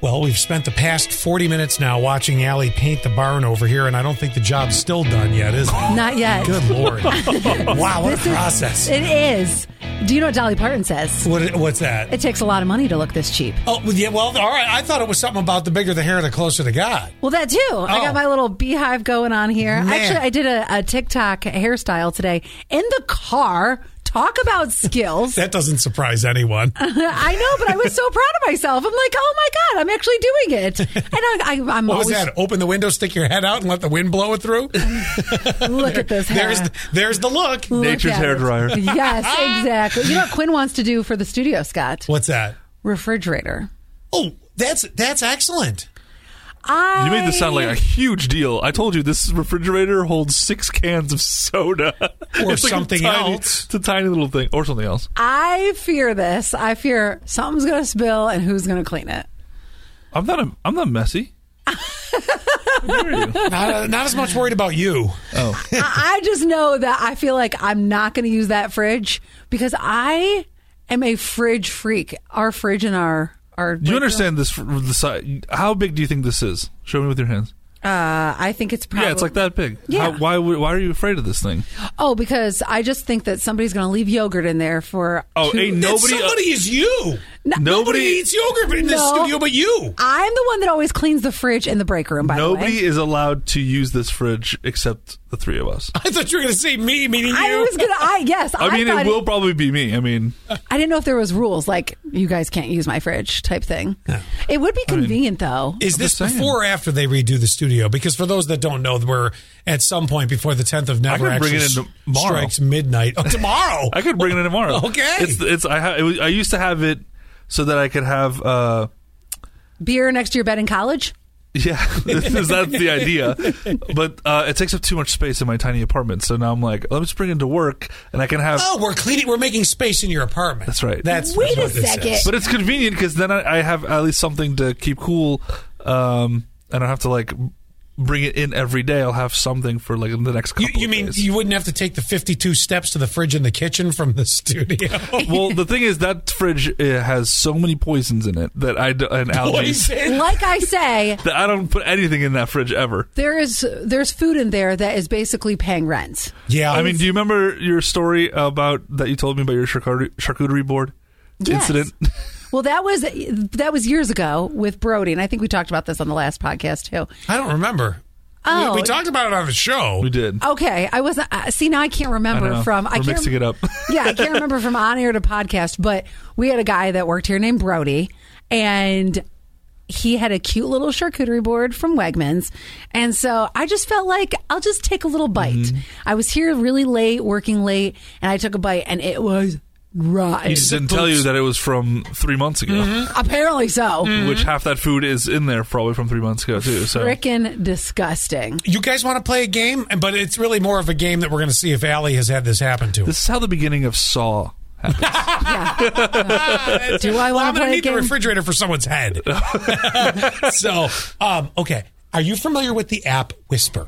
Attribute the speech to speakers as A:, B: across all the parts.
A: Well, we've spent the past 40 minutes now watching Allie paint the barn over here, and I don't think the job's still done yet, is it?
B: Not yet.
A: Good Lord. wow, what a process.
B: It is. Do you know what Dolly Parton says?
A: What, what's that?
B: It takes a lot of money to look this cheap.
A: Oh, well, yeah, well, all right. I thought it was something about the bigger the hair, the closer to God.
B: Well, that too. I
A: Oh.
B: got my little beehive going on here.
A: Man.
B: Actually, I did a, a TikTok hairstyle today in the car. Talk about skills.
A: That doesn't surprise anyone.
B: I know, but I was so proud of myself. I'm like, oh my god, I'm actually doing it. And I, I, I'm
A: What was
B: always
A: that? Open the window, stick your head out, and let the wind blow it through?
B: look at this hair.
A: There's the, there's the look.
B: Look
C: Nature's
B: at it.
C: hairdryer.
B: Yes, exactly. You know what Quinn wants to do for the studio, Scott?
A: What's that?
B: Refrigerator.
A: Oh, that's that's excellent.
B: I
C: You made this sound like a huge deal. I told you this refrigerator holds six cans of soda
A: Or
C: It's like a
A: something
C: tiny-
A: else.
C: It's a tiny little thing, or something else.
B: I fear this. I fear something's going to spill and who's going to clean it.
C: I'm not. A, I'm not messy. How dare you?
A: Not, uh, not as much worried about you.
B: I I just know that I feel like I'm not going to use that fridge because I am a fridge freak. Our fridge and our our.
C: Do you understand this? fr- The size. How big do you think this is? Show me with your hands.
B: Uh, I think it's probably
C: Yeah, it's like that big.
B: Yeah.
C: How, why? would- Why are you afraid of this thing?
B: Oh, because I just think that somebody's going to leave yogurt in there for.
C: Oh,
B: two-
C: ain't
A: That
C: nobody.
A: somebody is you. Nobody
C: nobody.
A: eats yogurt in this
B: No.
A: studio but you.
B: I'm the one that always cleans the fridge in the break room. By the way.
C: Nobody is allowed to use this fridge except the three of us.
A: I thought you were going to say me, meaning you.
B: I was gonna. I yes.
C: I mean,
B: thought
C: it will probably be me. I mean,
B: I didn't know if there was rules like you guys can't use my fridge type thing. It would be convenient though.
A: Is
C: I'm
A: this
C: just saying.
A: before or after they redo the studio? Because for those that don't know, we're at some point before the tenth of Never
C: can
A: actually
C: bring it in
A: s-
C: tomorrow.
A: strikes midnight. Oh, tomorrow.
C: I could bring it in tomorrow.
A: Okay.
C: It's it's I ha- it was, I used to have it so that I could have uh
B: Beer next to your bed in college.
C: yeah, is that the idea? But uh, it takes up too much space in my tiny apartment, so now I'm like, let me just bring it to work, and I can have.
A: oh, we're cleaning. We're making space in your apartment.
C: That's right.
A: That's
B: Wait
A: that's
B: a
A: what this
B: second.
A: is.
C: But it's convenient because then I, I have at least something to keep cool. Um, I don't have to like bring it in every day. I'll have something for like the next
A: You,
C: couple.
A: you
C: of
A: mean
C: days.
A: you wouldn't have to take the 52 steps to the fridge in the kitchen from the studio?
C: well, the thing is that fridge uh, has so many poisons in it that I d- and allergies
A: Poison.
B: Like I say,
C: that I don't put anything in that fridge ever.
B: there is there's food in there that is basically paying rent.
A: Yeah,
C: I mean, do you remember your story about that you told me about your charcuterie, charcuterie board
B: Yes.
C: incident?
B: Well, that was that was years ago with Brody, and I think we talked about this on the last podcast too.
A: I don't remember.
B: Oh.
A: we, we talked about it on the show.
C: We did.
B: Okay, I wasn't. Uh, see, now I can't remember
C: I know.
B: from. I
C: We're
B: can't
C: mixing it up.
B: yeah, I can't remember from on air to podcast, but we had a guy that worked here named Brody, and he had a cute little charcuterie board from Wegmans, and so I just felt like I'll just take a little bite.
A: Mm-hmm.
B: I was here really late, working late, and I took a bite, and it was rotten.
C: Just didn't tell you that it was from three months ago,
B: Mm-hmm, Apparently, so
A: Mm.
C: which half that food is in there probably from three months ago too. So
B: frickin' disgusting.
A: You guys want to play a game? And- But it's really more of a game that we're going to see if Allie has had this happen to her.
C: this is how the beginning of Saw. happened.
B: Do I
A: Well, I'm going to
B: want to play a
A: need the
B: game?
A: refrigerator for someone's head. so, um, okay. Are you familiar with the app Whisper?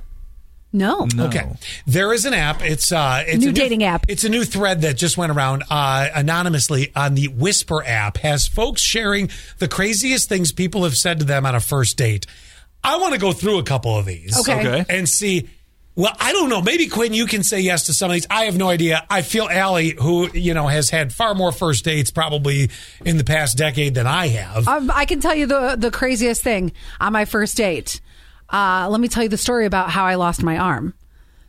B: no.
A: Okay. There is an app. It's uh it's
B: New
A: a
B: dating app.
A: It's a new thread that just went around uh anonymously on the Whisper app has folks sharing the craziest things people have said to them on a first date. I want to go through a couple of these.
B: Okay.
C: Okay.
A: And see well, I don't know. Maybe Quinn, you can say yes to some of these. I have no idea. I feel Allie, who you know has had far more first dates probably in the past decade than I have.
B: Um, I can tell you the the craziest thing on my first date. Uh, let me tell you the story about how I lost my arm.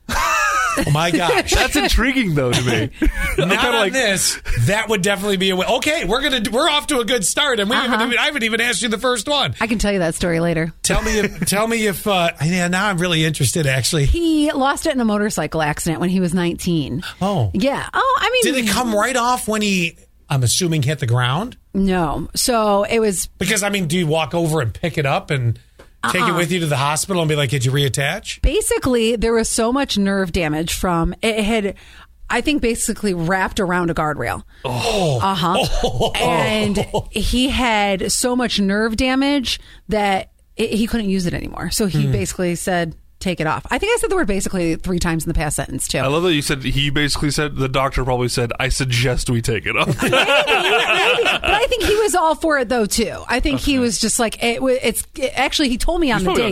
A: oh my gosh!
C: That's intriguing though to me. I'm
A: not
C: kinda
A: on
C: like,
A: this. That would definitely be a way. Okay, we're gonna do- we're off to a good start, and we
C: Uh-huh.
A: haven't even, I haven't even asked you the first one.
B: I can tell you that story later.
A: Tell me, if, tell me if uh, yeah. Now I'm really interested. Actually,
B: He lost it in a motorcycle accident when he was 19.
A: Oh.
B: Yeah. Oh, I mean,
A: did it come right off when he? I'm assuming hit the ground
B: No. So it was,
A: because I mean, do you walk over and pick it up and take
C: Uh-uh.
A: it with you to the hospital and be like, "Did you reattach?"
B: basically, there was so much nerve damage from it had, I think, basically wrapped around a guardrail.
A: Oh,
B: Uh huh. And he
A: Hmm.
B: had so much nerve damage that it, he couldn't use it anymore. So he basically said, take it off. I think I said the word basically three times in the past sentence too.
C: I love that you said he basically said the doctor probably said I suggest we take it off.
B: Maybe, maybe. but I think he was all for it though too. I think he was just like it, wa- it's actually he told me on
C: He's
B: the
C: probably
B: date.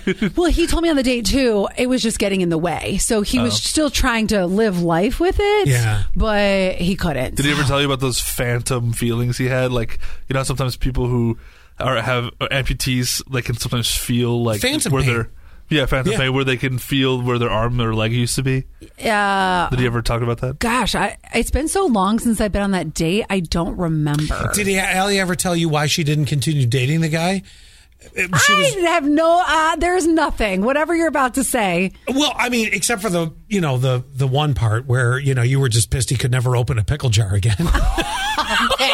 C: unconscious.
B: Well, he told me on the date too. It was just getting in the way, so he was still trying to live life with it.
A: Yeah.
B: but he couldn't.
C: Did he ever tell you about those phantom feelings he had? Like you know, sometimes people who are have amputees they can sometimes feel like
A: Phantom
C: where
A: pain.
C: their yeah phantom
A: Yeah.
C: pain where they can feel where their arm or leg used to be.
B: Yeah.
C: Did he ever talk about that?
B: Uh, Gosh, I, it's been so long since I've been on that date. I don't remember.
A: Did he, Allie ever tell you why she didn't continue dating the guy? Uh, She
B: I have no. Uh, there's nothing. Whatever you're about to say.
A: Well, I mean, except for the you know the the one part where you know you were just pissed he could never open a pickle jar again.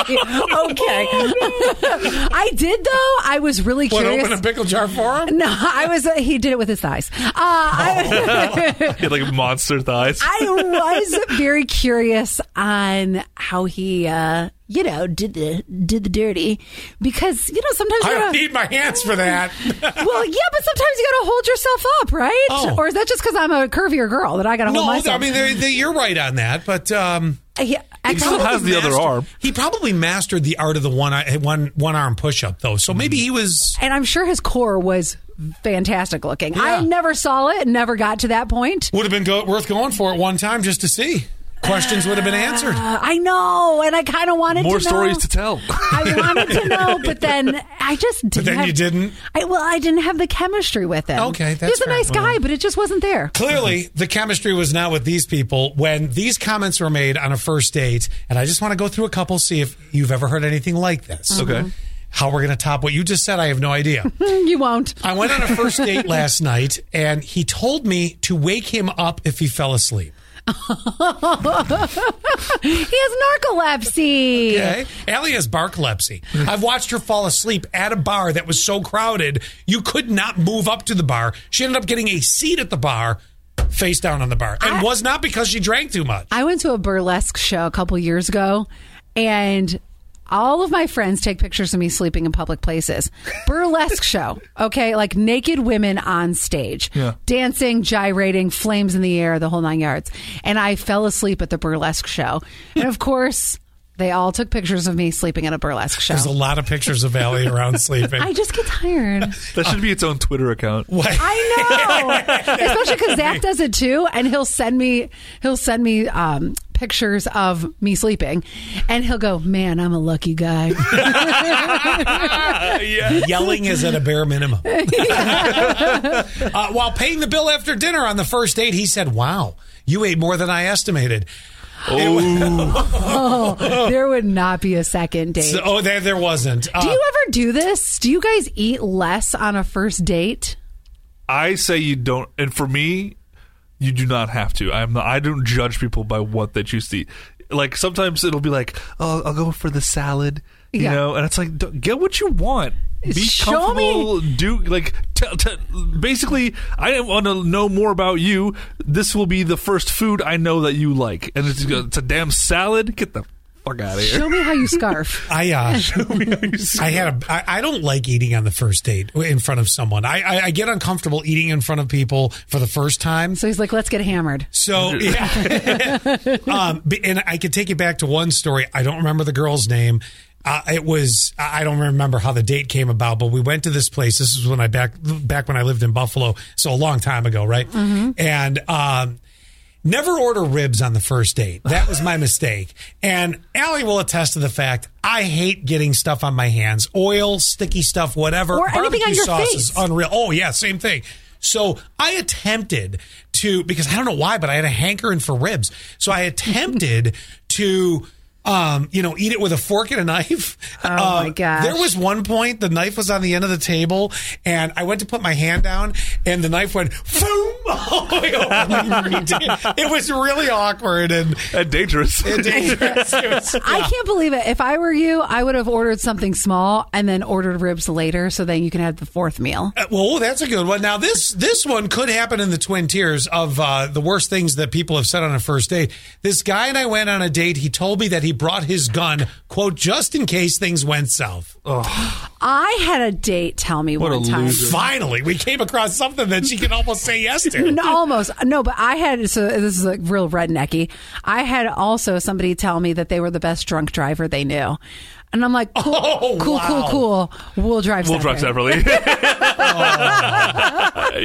B: okay. I did though. I was really
A: Would
B: curious.
A: open a pickle jar for him?
B: no, I was. Uh, he did it with his thighs. Uh, I,
C: He had like monster thighs.
B: I
A: Oh.
B: was very curious on how he, uh, you know, did the did the dirty because you know sometimes
A: I
B: you
A: don't
B: gotta-
A: need my hands for that.
B: well, yeah, but sometimes you got to hold yourself up, right?
A: Oh.
B: Or is that just because I'm a curvier girl that I got to
A: no,
B: hold
A: I
B: myself?
A: mean they, they, you're right on that, but um,
B: yeah, I
C: still
B: probably-
C: has the other
A: mastered-
C: arm.
A: He probably mastered the art of the one eye- one one arm push up though, so maybe he was.
B: and I'm sure his core was fantastic looking. I
A: Yeah.
B: never saw it, never got to that point.
A: Would have been go- worth going for it one time just to see. Questions would have been answered.
B: Uh, I know, and I kind of wanted
C: More
B: to know.
C: stories to tell.
B: I wanted to know, but then I just didn't.
A: then
B: have-
A: you didn't?
B: I well, I didn't have the chemistry with him.
A: Okay,
B: he was
A: that's
B: a
A: fair.
B: nice guy,
A: Well-
B: but it just wasn't there.
A: Clearly, the chemistry was not with these people when these comments were made on a first date. And I just want to go through a couple, see if you've ever heard anything like this.
C: Okay.
A: How we're going to top what you just said, I have no idea.
B: You won't.
A: I went on a first date last night, and he told me to wake him up if he fell asleep.
B: He has narcolepsy.
A: Okay. Allie has barklepsy.
B: Mm.
A: I've watched her fall asleep at a bar that was so crowded, you could not move up to the bar. She ended up getting a seat at the bar, face down on the bar. And was not because she drank too much.
B: I went to a burlesque show a couple years ago, and all of my friends take pictures of me sleeping in public places. Burlesque show, okay, like naked women on stage,
C: Yeah.
B: dancing, gyrating, flames in the air, the whole nine yards. And I fell asleep at the burlesque show, and of course, they all took pictures of me sleeping at a burlesque show.
A: There's a lot of pictures of Allie around sleeping.
B: I just get tired.
C: That should be its own Twitter account.
A: What?
B: I know, especially because Zach does it too, and he'll send me he'll send me um, pictures of me sleeping, and he'll go, "Man, I'm a lucky guy."
C: yeah.
A: Yelling is at a bare minimum. uh, while paying the bill after dinner on the first date, he said, Wow, you ate more than I estimated.
B: there would not be a second date.
A: So- oh, there, there wasn't. Uh,
B: do you ever do this? Do you guys eat less on a first date?
C: I say you don't, and for me, you do not have to. I'm not, I don't judge people by what they choose to eat. Like sometimes it'll be like, oh, I'll go for the salad, you
B: Yeah.
C: know, and it's like, don't- get what you want. Be
B: Show
C: comfortable. Do like, tell t- basically, I want to know more about you. This will be the first food I know that you like, and it's, it's a damn salad. Get the fuck out of here.
B: Show me how you scarf.
A: I, uh, I had a. I, I don't like eating on the first date in front of someone. I, I, I get uncomfortable eating in front of people for the first time.
B: So he's like, "Let's get hammered."
A: So yeah, um, b- and I could take you back to one story. I don't remember the girl's name. Uh, it was I I don't remember how the date came about, but we went to this place. This is when I back back when I lived in Buffalo, so a long time ago, right?
B: Mm-hmm.
A: And um, never order ribs on the first date. That was my mistake. And Allie will attest to the fact I hate getting stuff on my hands, oil, sticky stuff, whatever.
B: Or anything on
A: Barbecue
B: your
A: sauce
B: face.
A: is unreal. Oh yeah, same thing. So I attempted to because I don't know why, but I had a hankering for ribs. So I attempted to um, you know, eat it with a fork and a knife. Oh
B: my gosh.
A: There was one point the knife was on the end of the table, and I went to put my hand down, and the knife went boom Oh, all the way over my green tea. It was really awkward and,
C: And dangerous.
A: and dangerous. It was-
B: I can't believe it. If I were you, I would have ordered something small and then ordered ribs later, so then you can have the fourth meal.
A: Uh, Well, that's a good one. Now this this one could happen in the twin tiers of uh, the worst things that people have said on a first date. This guy and I went on a date. He told me that he he brought his gun, quote, just in case things went south.
B: I had a date tell me
C: What
B: one
C: a
B: time.
C: loser.
A: Finally, we came across something that she can almost say yes to.
B: No, almost no, but I had so this is like real rednecky. I had also somebody tell me that they were the best drunk driver they knew, and I'm like, cool,
A: Oh,
B: cool,
A: wow.
B: cool, cool. We'll drive.
C: We'll drive
B: separate.
C: separately.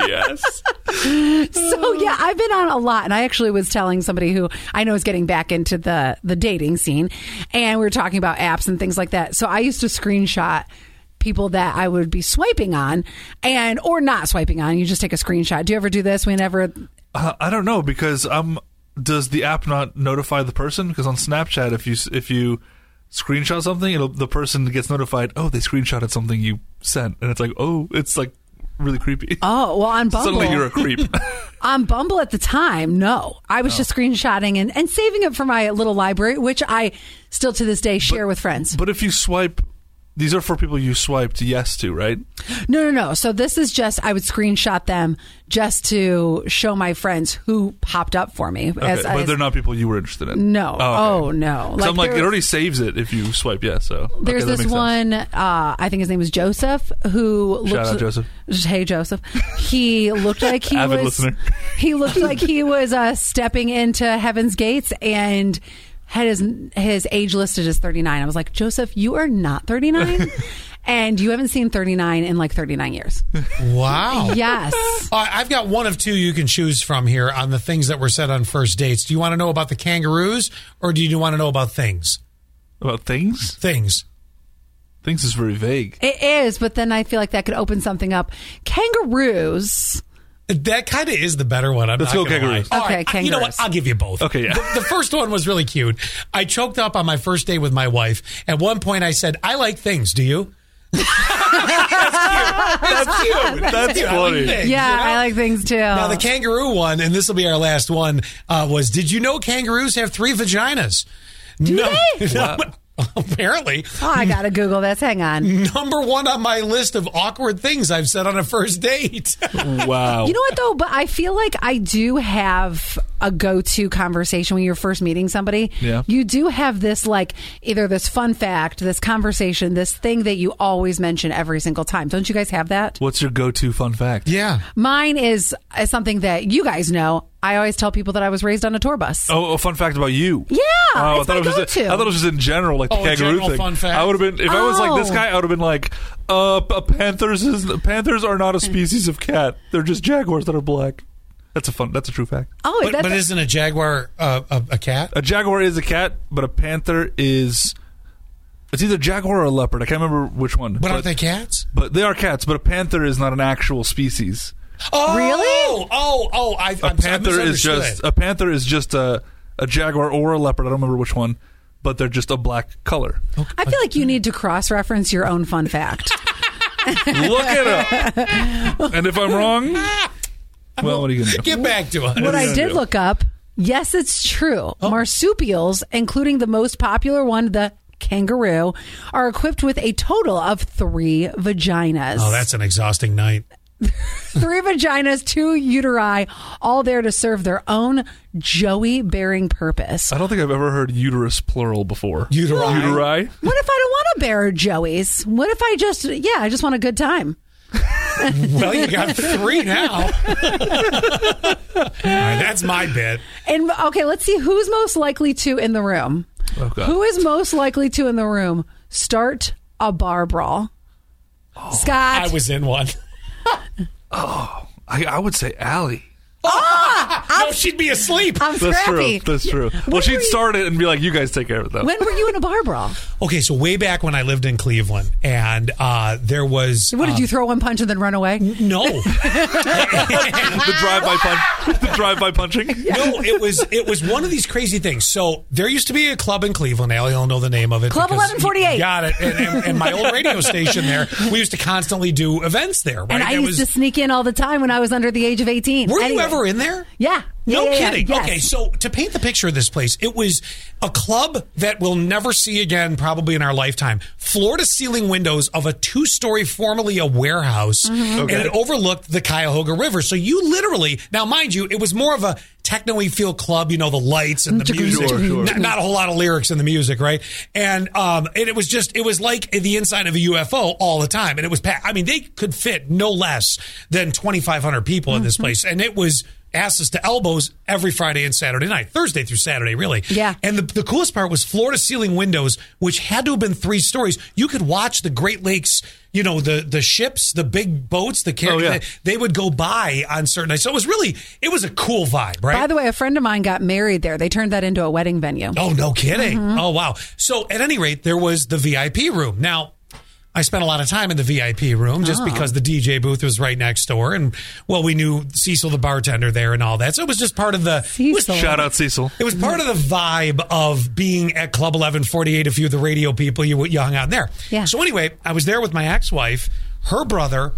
C: yes.
B: So yeah, I've been on a lot, and I actually was telling somebody who I know is getting back into the the dating scene, and we were talking about apps and things like that. So I used to screenshot people that I would be swiping on, and or not swiping on. You just take a screenshot. Do you ever do this? We never.
C: Uh, I don't know because um, does the app not notify the person? Because on Snapchat, if you s- if you screenshot something, it'll, the person gets notified. Oh, they screenshotted something you sent, and it's like, oh, it's like really creepy.
B: Oh well, on Bumble.
C: Suddenly, you're a creep.
B: on Bumble at the time, no. I
C: Oh.
B: was just screenshotting and, and saving it for my little library, which I still to this day share with friends.
C: but if you swipe, these are for people you swiped yes to, right?
B: No, no, no. So this is just, I would screenshot them just to show my friends who popped up for me.
C: Okay,
B: as-
C: but
B: as-
C: they're not people you were interested in.
B: No. Oh, no.
C: 'Cause
B: Like,
C: I'm like,
B: there-
C: it already saves it if you swipe yes. So Okay,
B: There's
C: that
B: this
C: makes sense.
B: one, uh, I think his name is Joseph, who looked
C: out, Joseph.
B: Hey Joseph, he looked like he
C: Avid
B: was.
C: listener.
B: He looked like he was uh, stepping into heaven's gates and had his his age listed as 39. I was like, Joseph, you are not 39, and you haven't seen 39 in like 39 years.
A: Wow.
B: Yes.
A: All right, I've got one of two you can choose from here on the things that were said on first dates. Do you want to know about the kangaroos or do you want to know about things?
C: about things.
A: Things.
C: Things is very vague.
B: It is, but then I feel like that could open something up. Kangaroos.
A: That kind of is the better one. I'm
C: Let's
A: not
C: go
A: gonna
C: kangaroos.
A: lie. All
B: Okay,
A: I- You know what?
B: kangaroos.
A: I'll give you both.
C: Okay, yeah.
A: The, the first one was really cute. I choked up on my first day with my wife. At one point, I said, "I like things. Do you?"
C: That's cute. That's
A: Dude, I like
C: funny.
A: things,
B: Yeah,
A: you know?
B: I like things too.
A: Now the kangaroo one, and this will be our last one, uh, was did you know kangaroos have three vaginas? no,
B: they?
A: No. apparently.
B: oh, I gotta Google this. Hang on.
A: Number one on my list of awkward things I've said on a first date.
C: Wow.
B: You know what though? But I feel like I do have a go-to conversation when you're first meeting somebody.
C: Yeah.
B: You do have this like either this fun fact, this conversation, this thing that you always mention every single time. Don't you guys have that?
C: What's your go-to fun fact?
A: yeah.
B: Mine is, is something that you guys know. I always tell people that I was raised on a tour bus.
C: Oh, a fun fact about you.
B: Yeah,
C: Oh, I
B: it's
C: thought
B: my
C: it was just,
B: go-to.
C: I thought it was just in general, like the
A: Oh, a
C: kangaroo
A: general
C: thing.
A: fun fact.
C: I would have been if I was like this
B: Oh.
C: guy. I would have been like, uh, p- panthers is panthers are not a species of cat. They're just jaguars that are black. That's a fun. That's a true fact.
B: Oh,
A: But,
B: that's
A: but isn't a jaguar uh, a, a cat?
C: A jaguar is a cat, but a panther is. It's either jaguar or a leopard. I can't remember which one.
A: But aren't they cats?
C: But they are cats. But a panther is not an actual species.
A: Oh,
B: Really?
A: Oh, oh! I,
C: A
A: I'm,
C: panther
A: I
C: is just a panther is just a a jaguar or a leopard. I don't remember which one, but they're just a black color.
B: I feel like you need to cross-reference your own fun fact.
C: Look it up. And if I'm wrong, well, what are you going to do?
A: Ah, Get back to us.
B: What I
C: Yeah.
B: did look up, yes, it's true.
A: Oh.
B: Marsupials, including the most popular one, the kangaroo, are equipped with a total of three vaginas.
A: Oh, that's an exhausting night.
B: three vaginas, two uteri, all there to serve their own joey bearing purpose.
C: I don't think I've ever heard uterus plural before.
A: Uteri.
C: Uteri?
B: What if I don't want to bear joeys? What if I just, yeah, I just want a good time?
A: Well, you got three now. All right, that's my bit.
B: And okay, let's see who's most likely to in the room.
C: Oh, God.
B: Who is most likely to in the room start a bar brawl? Scott.
A: I was in one.
C: I, I would say Allie.
A: No, she'd be asleep.
B: I'm
C: That's
B: scrappy.
C: true. That's true.
B: were
C: Well, she'd
B: you-
C: start it and be like, you guys take care of it, though.
B: When were you in a bar brawl?
A: Okay, so way back when I lived in Cleveland, and uh, there was
B: What did you throw one punch and then run away?
A: no.
C: the drive-by punch. the drive-by punching.
A: No, it was it was one of these crazy things. So there used to be a club in Cleveland. Allie will know the name of it.
B: Club
A: because-
B: 1148.
A: Got it. And, and, and my old radio station there, we used to constantly do events there. Right?
B: And I
A: It
B: used
A: was-
B: to sneak in all the time when I was under the age of 18.
A: were you
B: Anyway.
A: ever in there?
B: Yeah.
A: No
B: Yeah, yeah, yeah.
A: kidding.
B: Yes.
A: Okay, so to paint the picture of this place, it was a club that we'll never see again, probably in our lifetime. Floor to ceiling windows of a two story, formerly a warehouse,
B: Mm-hmm.
A: and it overlooked the Cuyahoga River. So you literally, now mind you, it was more of a techno y feel club, you know, the lights and the
B: Sure,
A: music.
C: sure.
A: Not, not a whole lot of lyrics in the music, right? And, um, and it was just, it was like the inside of a UFO all the time. And it was packed. I mean, they could fit no less than 2,500 people in
C: Mm-hmm.
A: this place. And it was, asses to elbows every Friday and Saturday night, Thursday through Saturday, really.
B: Yeah.
A: And the, the coolest part was floor to ceiling windows, which had to have been three stories. You could watch the Great Lakes, you know, the the ships, the big boats, the
C: Oh,
A: carriage.
C: yeah.
A: they, they would go by on certain nights. So it was really, it was a cool vibe, right?
B: By the way, a friend of mine got married there. They turned that into a wedding venue.
A: Oh, no kidding. Oh, wow. So, at any rate, there was the VIP room. Now, I spent a lot of time in the VIP room just because the DJ booth was right next door. And, well, we knew Cecil, the bartender, there and all that. So it was just part of the. it was
B: Cecil.
C: Shout out Cecil.
A: it was part of the vibe of being at Club 1148 if you're the radio people you, you hung out there.
B: Yeah.
A: So anyway, I was there with my ex-wife, her brother,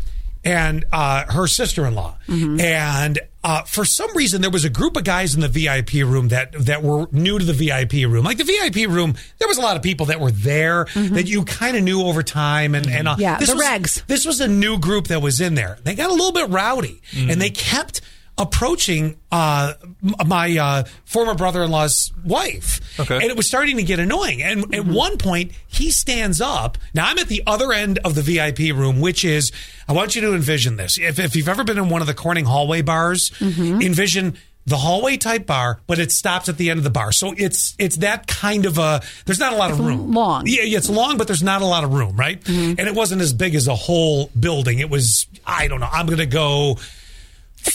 A: and uh, her sister-in-law.
B: Mm-hmm.
A: And uh, for some reason, there was a group of guys in the VIP room that that were new to the VIP room. Like the VIP room, there was a lot of people that were there that you kind of knew over time. And, and uh,
B: Mm-hmm. Yeah, the
A: was-
B: regs.
A: this was a new group that was in there. They got a little bit rowdy and they kept approaching uh, m- my uh, former brother in law's wife.
C: Okay.
A: And it was starting to get annoying. And at one point, he stands up. Now, I'm at the other end of the VIP room, which is I want you to envision this. If, if you've ever been in one of the Corning hallway bars, envision. The hallway type bar, but it stops at the end of the bar, so it's it's that kind of a. There's not a lot of room.
B: long.
A: Yeah, yeah, it's long, but there's not a lot of room, right? And it wasn't as big as a whole building. It was, I don't know, I'm going to go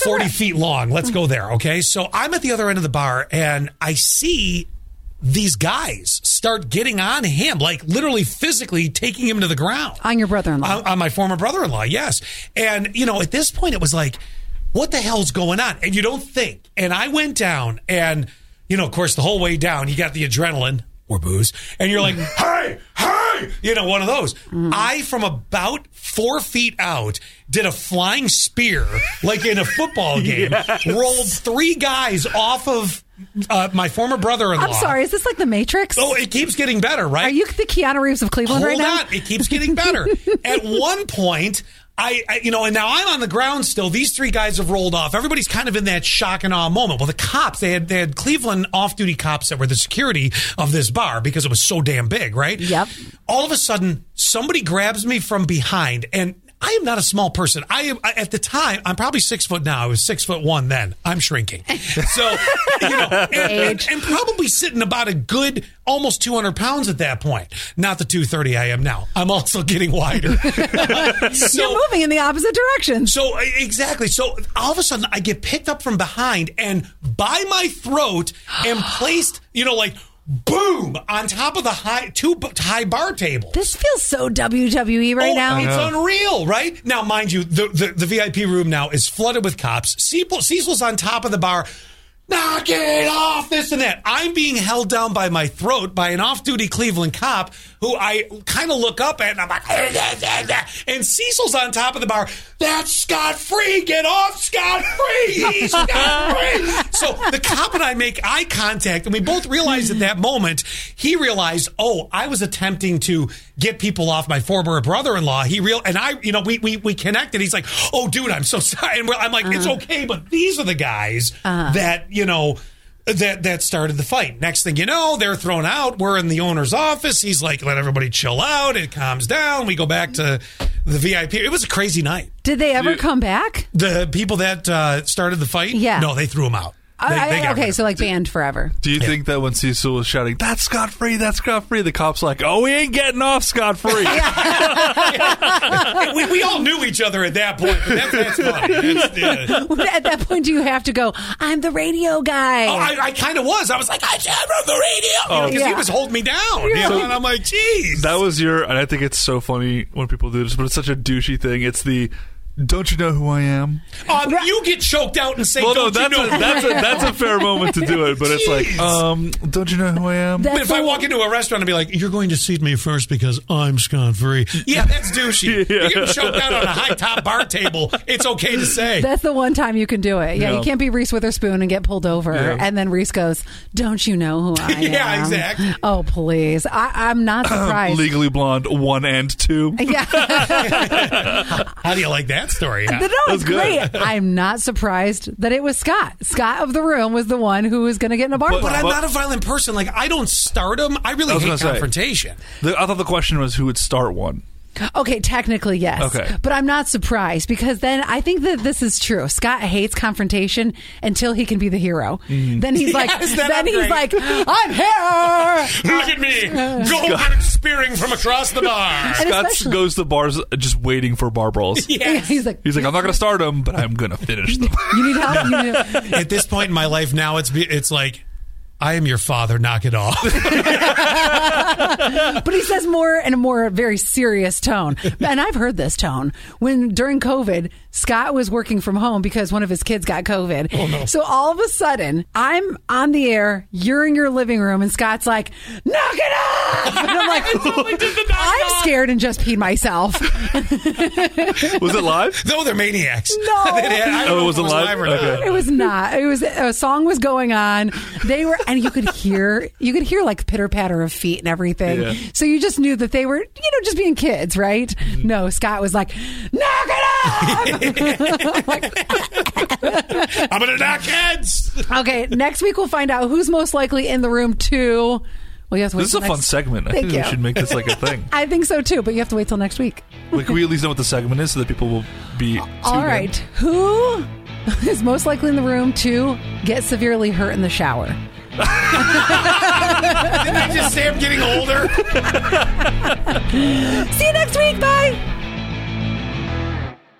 A: 40 feet long. Let's go there, okay? So I'm at the other end of the bar and I see these guys start getting on him, like literally physically taking him to the ground
B: On your brother-in-law.
A: on, on my former brother-in-law yes and you know at this point it was like what the hell's going on and you don't think and i went down and you know of course the whole way down you got the adrenaline or booze and you're like hey hey you know one of those
B: Mm-hmm.
A: i from about four feet out did a flying spear like in a football game rolled three guys off of uh, my former brother-in-law
B: I'm sorry. Is this like the Matrix?
A: uh, oh it keeps getting better right
B: Are you the Keanu Reeves of Cleveland right
A: Hold
B: now?
A: on, it keeps getting better. At one point, I, I, you know, and now I'm on the ground still. These three guys have rolled off. Everybody's kind of in that shock and awe moment. Well, the cops they had they had Cleveland off duty cops that were the security of this bar because it was so damn big, right?
B: Yep.
A: All of a sudden, somebody grabs me from behind and. I am not a small person. I am I- at the time. I'm probably six foot now. I was six foot one then. I'm shrinking, so you know, and- and-
B: Age.
A: and probably sitting about a good almost 200 pounds at that point. Not the 230 I am now. I'm also getting wider. so,
B: You're moving in the opposite direction.
A: so e, exactly. So all of a sudden I get picked up from behind and by my throat and placed, you know, like boom on top of the high two b- high bar table.
B: This feels so WWE right
A: Oh,
B: now.
A: It's unreal, right? Now, mind you, the, the, the VIP room now is flooded with cops. Cecil, Cecil's on top of the bar. Knock it off, this and that. I'm being held down by my throat by an off duty Cleveland cop who I kind of look up at and I'm like, "Eh, eh, eh, eh." and Cecil's on top of the bar. That's scot free. Get off scot free. He's scot free. So the cop and I make eye contact and we both realize at
B: Hmm.
A: that moment, he realized, oh, I was attempting to get people off my former brother-in-law. He real and I, you know, we we we connected. He's like, "Oh, dude, I'm so sorry." And we're, I'm like,
B: Uh-huh.
A: "It's okay, but these are the guys that you know." That that started the fight. Next thing you know, they're thrown out. We're in the owner's office. He's like, "Let everybody chill out. It calms down." We go back to the VIP. It was a crazy night.
B: Did they ever
C: Dude.
B: come back?
A: The people that uh, started the fight,
B: Yeah.
A: no, they threw them out. They-
B: I- I-
A: they got rid
B: okay,
A: of
B: so like banned forever.
C: Do you think that when Cecil was shouting, "That's scot free, that's scot free," the cops like, "Oh, we ain't getting off scot free."
A: we, we all knew each other at that point. But that, that's fine. That's, yeah.
B: At that point, do you have to go? I'm the radio guy.
A: Oh, I, I kind of was. I was like, I jammed on the radio because he
B: Yeah.
A: was holding me down. You
B: Yeah.
A: know? And I'm like, geez.
C: That was your, and I think it's so funny when people do this, but it's such a douchey thing. It's the don't you know who I am?
A: Um, you get choked out and say,
C: Well, no,
A: "Don't you
C: that's
A: know?"
C: a, that's a that's a fair moment to do it, but it's like, um, don't you know who I am?
A: But if I walk into a restaurant and be like, "You're going to seat me first because I'm scot free," yeah, that's douchey.
C: Yeah.
A: You're getting choked out on a high top bar table. It's okay to say.
B: That's the one time you can do it. Yeah,
C: Yeah.
B: you can't be Reese Witherspoon and get pulled over.
C: Yeah.
B: And then Reese goes, Don't you know who I am?
A: Yeah, exactly.
B: Oh, please. I, I'm not surprised.
C: Legally Blonde one and two.
B: Yeah.
A: How do you like that story?
B: no, it's
C: That's good.
B: great. I'm not surprised that it was Scott. Scott of the room was the one who was going to get in a bar.
C: But-
A: But
B: brawl.
A: I'm not a violent person. Like I don't start them. I really
C: I was
A: hate
C: gonna say.
A: confrontation.
C: The, I thought the question was who would start one.
B: Okay, technically yes.
C: Okay.
B: But I'm not surprised because then I think that this is true. Scott hates confrontation until he can be the hero. Then he's like
A: Yes, that
B: then he's
A: upgrade.
B: like I'm here.
A: Look at me, Goldberg spearing from across the bar.
B: And
C: Scott
B: especially-
C: goes to bars uh, just waiting for bar brawls.
A: Yes.
B: He's like
C: He's like, I'm not going to start them, but I'm going to finish them.
B: you need help. You need-
A: At this point in my life now, it's be- it's like. I am your father. Knock it off.
B: But he says more in a more very serious tone. And I've heard this tone when during COVID, Scott was working from home because one of his kids got COVID. Oh, no. So all of a sudden, I'm on the air, you're in your living room, and Scott's like, knock it off! And I'm like, I'm scared and just peed myself.
C: was it live?
A: no, they're maniacs.
B: No.
A: They did. I don't
C: Oh,
A: know
C: was
A: if
C: it live?
A: or not.
C: Okay.
B: It was not. It was a song was going on. They were, and you could hear, you could hear like pitter patter of feet and everything.
C: Yeah.
B: So you just knew that they were, you know, just being kids, right?
C: Mm-hmm.
B: No, Scott was like, knock it off.
A: I'm gonna knock heads.
B: okay, next week we'll find out who's most likely in the room to. Well, you have to wait.
C: This is
B: till
C: a fun
B: next-
C: segment. I
B: Thank
C: think
B: you.
C: we should make this like a thing.
B: I think so too, but you have to wait till next week.
C: Like, we at least know what the segment is so that people will be.
B: All
C: tuned in.
B: right, who is most likely in the room to get severely hurt in the shower?
A: Didn't I just say I'm getting older?
B: See you next week. Bye.